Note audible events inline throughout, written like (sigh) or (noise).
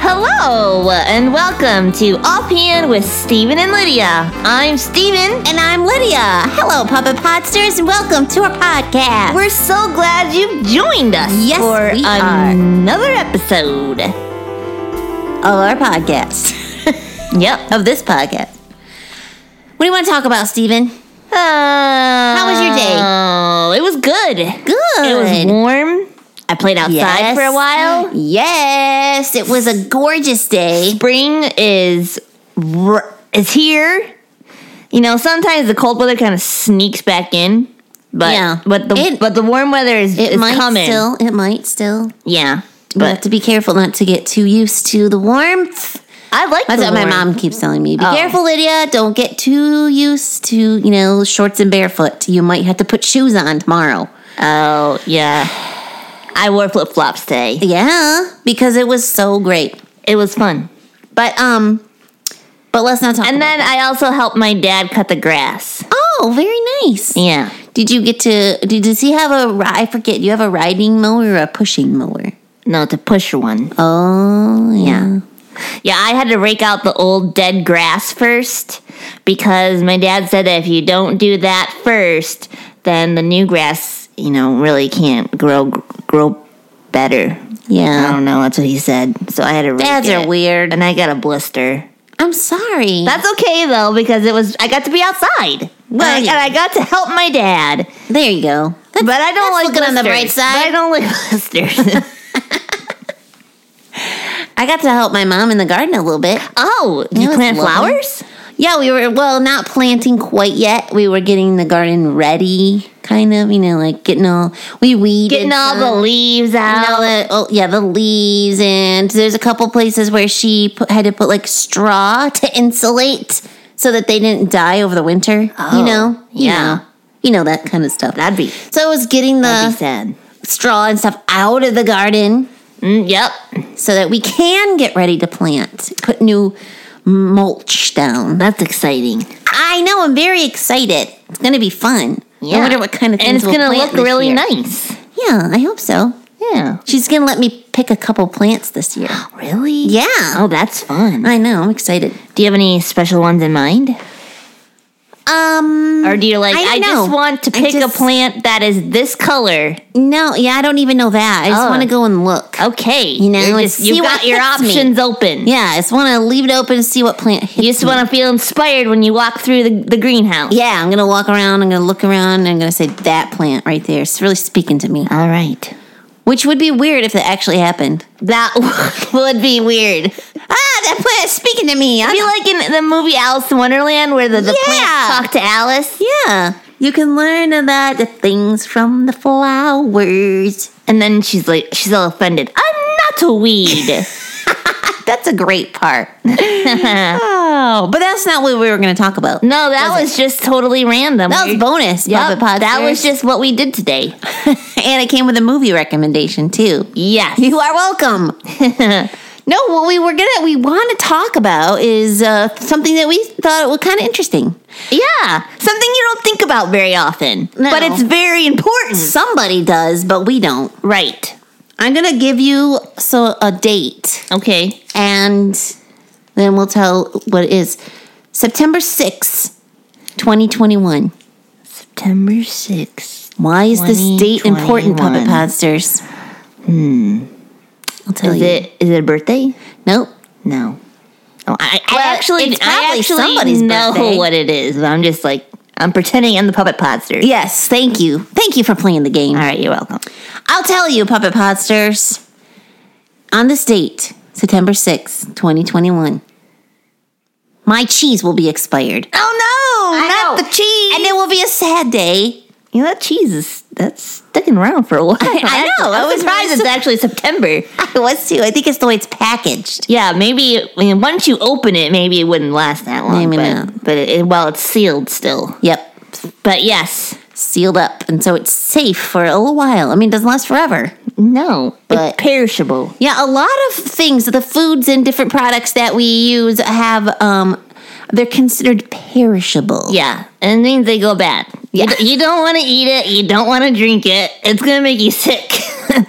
Hello, and welcome to Offhand with Steven and Lydia. I'm Steven. And I'm Lydia. Hello, Puppet Podsters, and welcome to our podcast. We're so glad you've joined us Yes, for we are. another episode. all oh, our podcasts Yep. of (laughs) this podcast. What do you want to talk about, Steven? How was your day? uh, Oh, it was good. Good. It was warm. I played outside Yes. for a while. Yes, it was a gorgeous day. Spring is r- is here. You know, sometimes the cold weather kind of sneaks back in, but Yeah. but the It- but the warm weather is, It is might coming. still. It might still. Yeah, We have but to be careful not to get too used to the warmth. I like That's the what my warm. mom keeps telling me. Be Oh. careful, Lydia. Don't get too used to, you know, shorts and barefoot. You might have to put shoes on tomorrow. Oh yeah, I wore flip flops today. Yeah, because it was so great. It was fun. But um but let's not talk And about then I also helped my dad cut the grass. Oh, very nice. Yeah, Did you get to did, does he have a ri- I forget, do you have a riding mower or a pushing mower? no, the pusher one. Oh, yeah. Yeah, I had to rake out the old dead grass first because my dad said that if you don't do that first, then the new grass, you know, really can't grow grow better. I Yeah. don't know. That's what he said. So I had to. Rake Dads are it. weird. and I got a blister. I'm sorry. That's okay though because it was I got to be outside. Well, and, I, and I got to help my dad. there you go. That's, But I don't that's like looking on the bright blisters. But side. I don't like (laughs) blisters. (laughs) I got to help my mom in the garden a little bit. oh, do you that's plant lovely. flowers? Yeah, we were well, not planting quite yet. We were getting the garden ready, kind of, you know, like getting all we weeded Getting all the some. leaves And all out. the oh yeah the leaves and there's a couple places where she put, had to put like straw to insulate so that they didn't die over the winter Oh, you know You yeah. know. you know that kind of stuff That'd be so I was getting that'd be the sad. straw and stuff out of the garden Mm, yep. so that we can get ready to plant put new mulch down That's exciting. I know I'm very excited it's gonna be fun I wonder what kind of things And it's we'll gonna plant look this really year. nice. yeah I hope so Yeah. she's gonna let me pick a couple plants this year (gasps) Really? Yeah. yeah Oh, that's fun. I know. I'm excited. Do you have any special ones in mind? Um. Or do you like I don't I, just know. want to I pick just- a plant that is this color? No. Yeah. I don't even know that. I just Oh. want to go and look. Okay. You know, You're and just, see you've what got your hits me. options open. Yeah. I just want to leave it open and see what plant hits. You just me. want to feel inspired when you walk through the, the greenhouse. Yeah. I'm gonna walk around. I'm gonna look around. And I'm gonna say that plant right there. It's really speaking to me. All right. Which would be weird if it actually happened. That (laughs) would be weird. Ah, that plant is speaking to me. I I feel like in the movie Alice in Wonderland where the, the Yeah. plants talk to Alice yeah. You can learn about the things from the flowers. and then she's like she's all offended. I'm not a weed. (laughs) That's a great part. (laughs) oh, but that's not what we were going to talk about. No, that was, just totally random. That was We- bonus. Yep, Puppet Podsters. that was just what we did (laughs) today. and it came with a movie recommendation too. Yes. You are welcome. (laughs) no, what we were gonna we want to talk about is uh, something that we thought was kind of interesting. yeah. Something you don't think about very often, No. but it's very important. Somebody does, but we don't. Right. I'm gonna give you so a date, Okay. and then we'll tell what it is. September sixth, twenty twenty one. September 6th. Why is this date important, Puppet 2021. Podsters? Hmm. I'll tell Is you. it is it a birthday? Nope. No. Oh, I, I Well, actually it's I probably actually somebody's know birthday. what it is. But I'm just like I'm pretending I'm the puppet podster. Yes, thank you. Thank you for playing the game. All right, you're welcome. I'll tell you, Puppet Podsters. On this date, September sixth, 2021, my cheese will be expired. Oh no, I not know. the cheese. And it will be a sad day. (laughs) you know, that cheese is that's sticking around for a (laughs) while. I know. I I'm was surprised really it's actually September. I was too. I think it's the way it's packaged. Yeah, maybe I mean, once you open it, maybe it wouldn't last that long. Maybe but, not. But it, it, well, it's sealed still. Yep, But yes, sealed up. And so it's safe for a little while. I mean, it doesn't last forever. no, But- it's perishable. Yeah, a lot of things, the foods and different products that we use have, um, they're considered perishable. Yeah, and it means they go bad. You Yeah. d- You, don't want to eat it. You don't want to drink it. It's gonna make you sick. (laughs)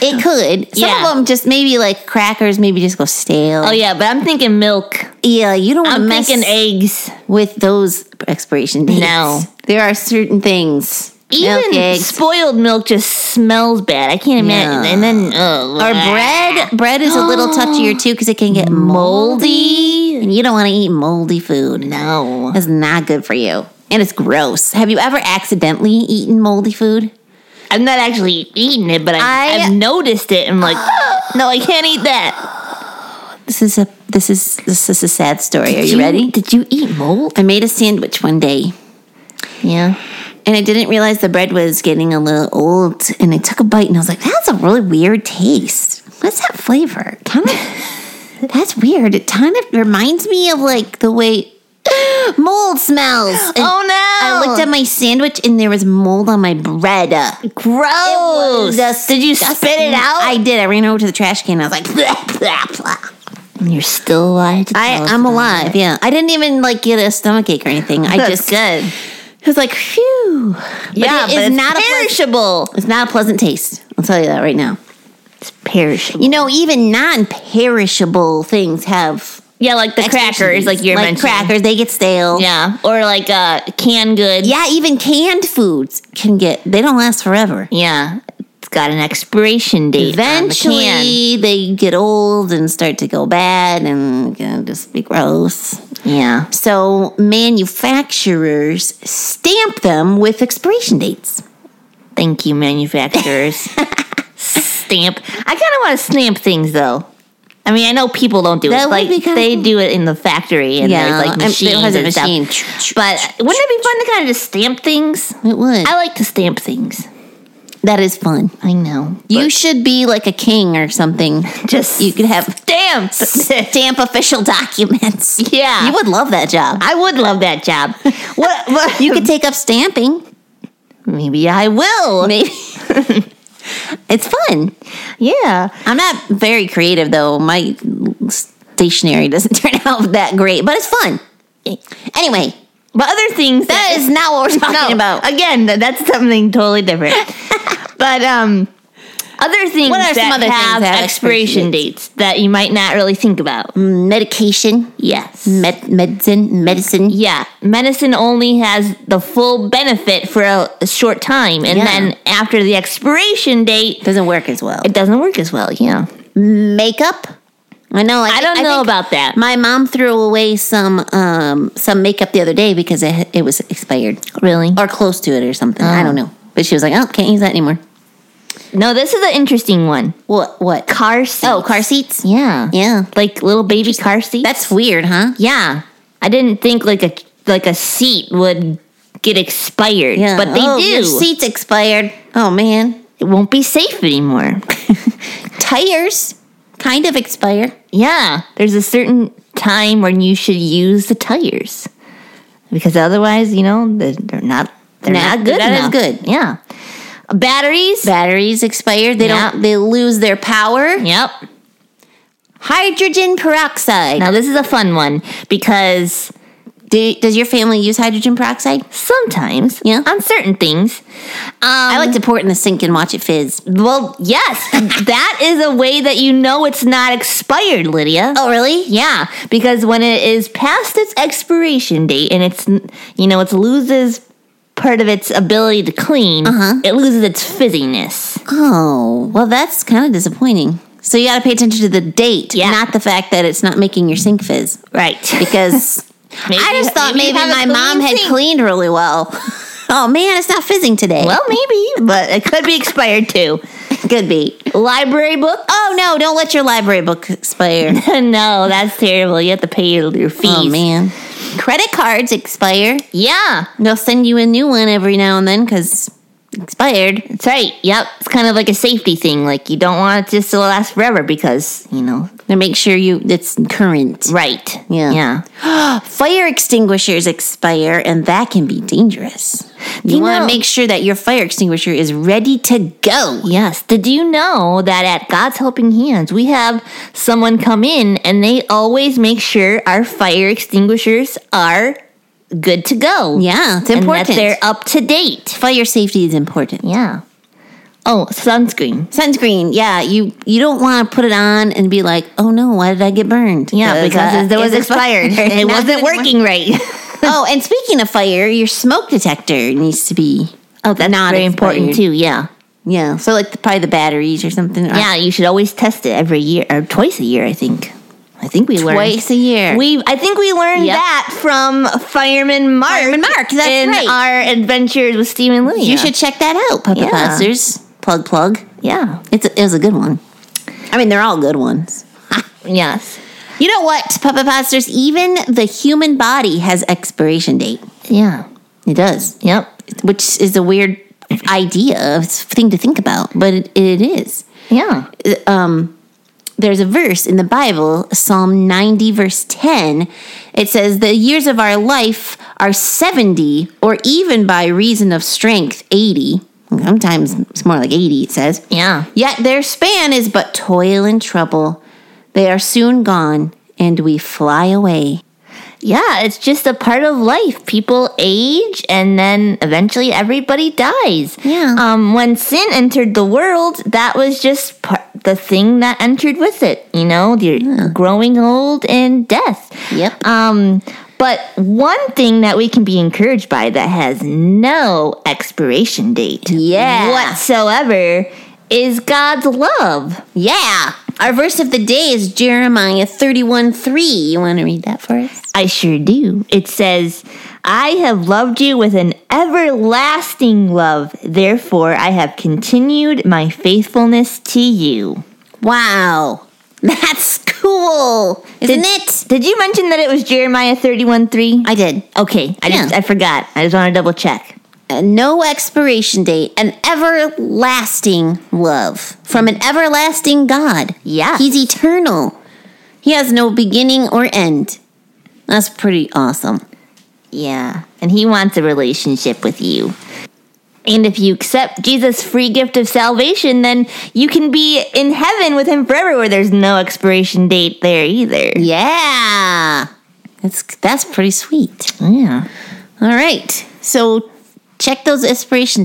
It could. Some Yeah. of them just maybe like crackers, maybe just go stale. Oh yeah, but I'm thinking milk. yeah, you don't want to I'm mess thinking eggs. with those expiration dates. No. there are certain things. Even Milk, eggs, spoiled milk just smells bad. I can't imagine. Yeah. And then oh, or bread. Bread is a (gasps) little touchier too because it can get moldy, and you don't want to eat moldy food. No. That's not good for you, and it's gross. Have you ever accidentally eaten moldy food? I'm not actually eating it, but I, I- I've noticed it. (gasps) I'm like, no, I can't eat that. This is a this is this is a sad story. Are Did you ready? Did you eat mold? I made a sandwich one day. Yeah. And I didn't realize the bread was getting a little old. And I took a bite and I was like, that's a really weird taste. What's that flavor? (laughs) Kind of, that's weird. It kind of reminds me of like the way (gasps) mold smells. And oh no! I looked at my sandwich and there was mold on my bread. gross. Did you spit it out? I did. I ran over to the trash can. I was like, (laughs) And you're still alive. to I, tell us I'm about alive. it. Yeah. I didn't even like get a stomach ache or anything. I That's just, good. it was like, phew. yeah, it is it's not a pleas- perishable. It's not a pleasant taste. I'll tell you that right now. it's perishable. You know, even non-perishable things have Yeah, like the crackers, like you're like mentioning. crackers. They get stale. Yeah, or like uh, canned good. yeah. Even canned foods can get. They don't last forever. yeah. It's got an expiration date. on the can. Eventually, they get old and start to go bad and you know, just be gross. yeah. So manufacturers stamp them with expiration dates. Thank you, manufacturers. (laughs) stamp. I kind of want to stamp things though. I mean, I know people don't do That it. would Like be kinda they cool. do it in the factory, and there's like I'm- machines there has a and stuff. machine. But wouldn't it be fun to kind of just stamp things? It would. I like to stamp things. that is fun. I know. You should be like a king or something. (laughs) Just You could have stamp. (laughs) stamp official documents. (laughs) Yeah. You would love that (laughs) job. I would love that (laughs) job. what, what? You could take up stamping. Maybe I will. Maybe. (laughs) it's fun. Yeah. I'm not very creative though. My stationery doesn't (laughs) turn out that great, but it's fun. Anyway, But other things that is not what we're talking about. Again, th- that's something totally (laughs) different. but um other things What that are some other things have Mm. that have expiration expiration dates that you might not really think about. Medication, Yes. med- medicine, medicine. Yeah, medicine only has the full benefit for a, a short time and Yeah. then after the expiration date Doesn't work as well. it doesn't work as well, yeah. Makeup. I know. Like, I don't know think about that. My mom threw away some um, some makeup the other day because it it was expired Really? or close to it or something. I don't know. But she was like, "Oh, can't use that anymore." No, this is an interesting one. What? What? Car seats. Oh, car seats. Yeah. Yeah, Like little baby car seats. that's weird, huh? Yeah, I didn't think like a like a seat would get expired, Yeah, but they Oh, do. Your seats expired. Oh man, it won't be safe anymore. tires kind of expire. yeah, there's a certain time when you should use the tires because otherwise, you know, they're, they're not they're Nah, not good. that is enough. good. Yeah, batteries. Batteries expire. They Yeah. don't. They lose their power. yep. Hydrogen peroxide. Now this is a fun one because Do, does your family use hydrogen peroxide? sometimes Yeah. on certain things, um, I like to pour it in the sink and watch it fizz. Well, yes, (laughs) that is a way that you know it's not expired, Lydia. Oh, really? Yeah, because when it is past its expiration date and it's you know it loses part of its ability to clean, Uh-huh. it loses its fizziness. Oh, well, that's kind of disappointing. So you got to pay attention to the date, Yeah. not the fact that it's not making your (laughs) sink fizz. Right. Because I just thought maybe, my mom had cleaned really well. (laughs) Oh man, it's not fizzing today. Well, maybe, but it could be expired (laughs) too. could be. Library book? (laughs) Oh no, don't let your library book expire. no, that's terrible. You have to pay your, your (laughs) fees. Oh man, credit cards expire. Yeah, They'll send you a new one every now and then because expired. that's right. Yep, it's kind of like a safety thing. Like you don't want it just to last forever because you know To make sure you it's current. Right. Yeah. Yeah. Fire extinguishers expire, and that can be dangerous. You, You want know- to make sure that your fire extinguisher is ready to go. Yes. Did you know that at God's Helping Hands, we have someone come in and they always make sure our fire extinguishers are good to go? Yeah, it's And that important. they're up to date. fire safety is important. Yeah. Oh, sunscreen. Sunscreen, yeah. You you don't want to put it on and be like, oh no, why did I get burned? Yeah, because uh, it was it's expired. (laughs) It Not wasn't anymore. working right. oh, and speaking of fire, your smoke detector needs to be. Oh, that's Not very important expired. too. Yeah, Yeah, so like the, probably the batteries or something. or yeah. You should always test it every year or twice a year. I think. I think we learned. twice a year. We, I think we learned Yep. that from Fireman Mark. Fireman Mark, that's in right. our adventures with Stephen Lee. You should check that out, Puppet Yeah. Monsters. Plug plug. Yeah. It's a, it was a good one. I mean, they're all good ones. Yes. You know what, Puppet Monsters? Even the human body has expiration date. Yeah. It does, Yep. which is a weird idea, it's a thing to think about, but it, it is. Yeah. um, there's a verse in the Bible, Psalm 90, verse 10. It says, The years of our life are 70, or even by reason of strength, 80. Sometimes it's more like 80, it says. Yeah. Yet their span is but toil and trouble. They are soon gone, and we fly away. Yeah. It's just a part of life. People age, and then eventually everybody dies. Yeah. Um. When sin entered the world, that was just part, the thing that entered with it. You know, the growing old and death. Yep. Um, but one thing that we can be encouraged by that has no expiration date, Yeah. whatsoever, is God's love. Yeah. Our verse of the day is Jeremiah 31 3. You want to read that for us? I sure do. It says, "I have loved you with an everlasting love; therefore, I have continued my faithfulness to you." (laughs) Wow. That's cool, isn't it? Did you mention that it was Jeremiah thirty-one three? I did. Okay, I Yeah. just I forgot. I just want to double check. Uh, no expiration date, an everlasting love from an everlasting God. Yeah. He's eternal. He has no beginning or end. That's pretty awesome. Yeah, and he wants a relationship with you. And if you accept Jesus' free gift of salvation, then you can be in heaven with him forever where there's no expiration date there either. Yeah. That's that's pretty sweet. Yeah. All right. So check those expiration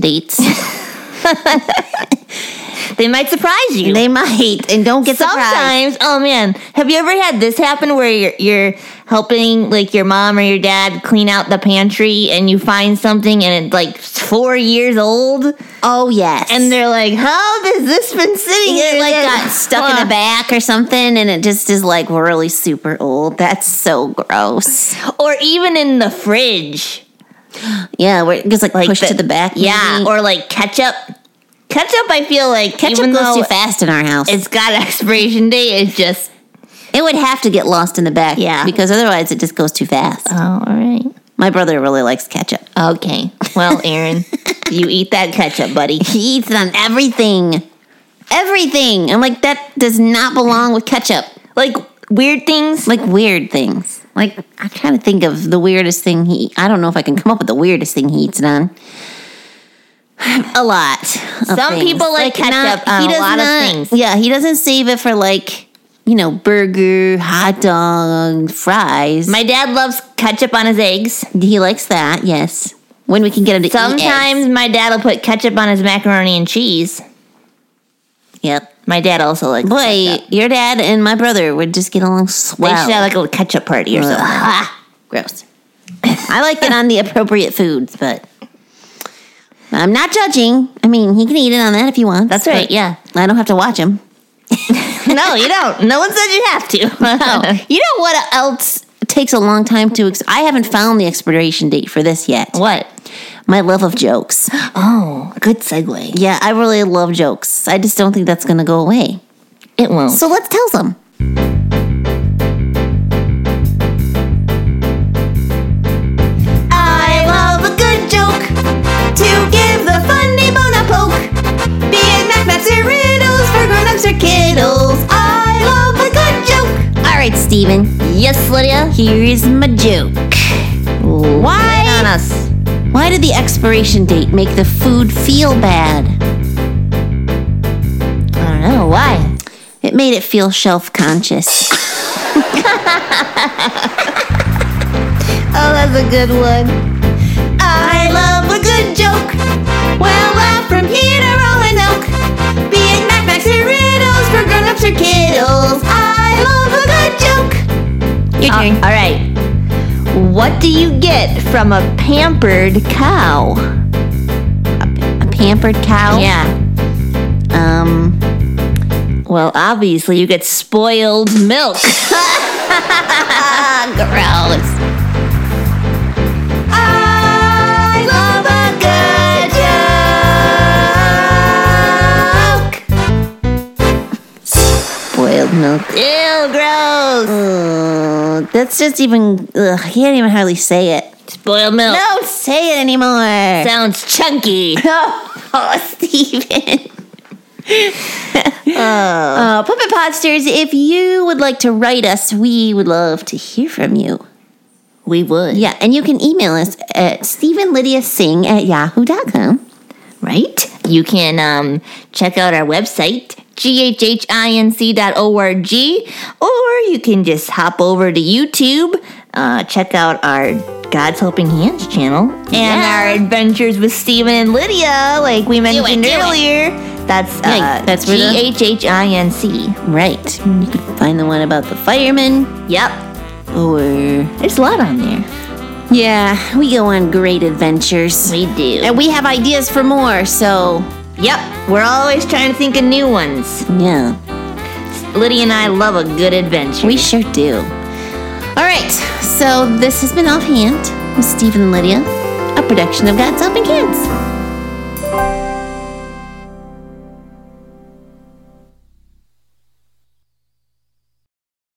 (laughs) dates. They might surprise you. they might and don't get surprised. Sometimes, oh man, have you ever had this happen where you're, you're helping like your mom or your dad clean out the pantry and you find something and it's like four years old Oh yes. and they're like, how has this been sitting it here like this got stuck in long?" the back or something and it just is like really super old that's so gross or even in the fridge. yeah where it gets like, Like pushed to the back Yeah, maybe. or like ketchup. Mm-hmm. Ketchup, I feel like ketchup even goes though too fast in our house it's got (laughs) an expiration date, it's just it would have to get lost in the back Yeah. because otherwise it just goes too fast oh, all right. my brother really likes ketchup (laughs) Okay, well, (laughs) Aaron, you eat that ketchup, buddy. he eats it on everything everything i'm like that does not belong with ketchup Like weird things. like weird things like i kind of think of the weirdest thing he i don't know if i can come up with the weirdest thing he eats it on a lot of Some things. people like ketchup on a does lot of things. yeah he doesn't save it for like you know burger hot dog fries My dad loves ketchup on his eggs. he likes that yes when we can get him to eat eggs. Sometimes my dad will put ketchup on his macaroni and cheese. yep My dad also likes. boy ketchup. your dad and my brother would just get along they swell should have like a little ketchup party or Ugh. something. Gross. I like it on the appropriate foods, but I'm not judging. I mean, he can eat it on that if he wants. That's right. but Yeah. I don't have to watch him. (laughs) no, you don't. No one said you have (laughs) to. (laughs) You know what else takes a long time to? Ex- I haven't found the expiration date for this yet. What? My love of jokes. Oh, good segue. Yeah, I really love jokes. I just don't think that's going to go away. It won't. So let's tell them. I love a good joke to give the funny bone a poke. Be it mathematics or riddles for grown-ups or kiddles. I love a good joke. All right, Steven. Yes, Lydia. Here's my joke. Why? On us. Why did the expiration date make the food feel bad? I don't know why. It made it feel (laughs) shelf conscious. Oh, that's a good one. I love a good joke. We'll laugh from here to Roanoke. Uh, All right. What do you get from a pampered cow? A pampered cow. Yeah. Um. Well, obviously, you get spoiled milk. (laughs) Gross. I love a good joke. Boiled milk. Ew, gross. Ugh, that's just even. Ugh, I can't even hardly say it. Spoiled milk. Don't say it anymore. Sounds chunky. (laughs) Oh, Steven. Uh, Puppet Podsters, if you would like to write us, we would love to hear from you. We would. Yeah, and you can email us at StephenLydiaSing at yahoo.com. Right? You can um, check out our website, ghhinc.org, or you can just hop over to YouTube, uh, check out our God's Helping Hands channel, and our adventures with Stephen and Lydia, like we mentioned do it. earlier. That's uh, Yeah, that's where the- G-H-H-I-N-C. Right. You can find the one about the firemen Yep. or. There's a lot on there. Yeah, we go on great adventures. We do. and we have ideas for more, so. Yep. We're always trying to think of new ones. Yeah, Lydia and I love a good adventure. we sure do. All right, so this has been Offhand with Stephen and Lydia, a production of God's Helping Kids.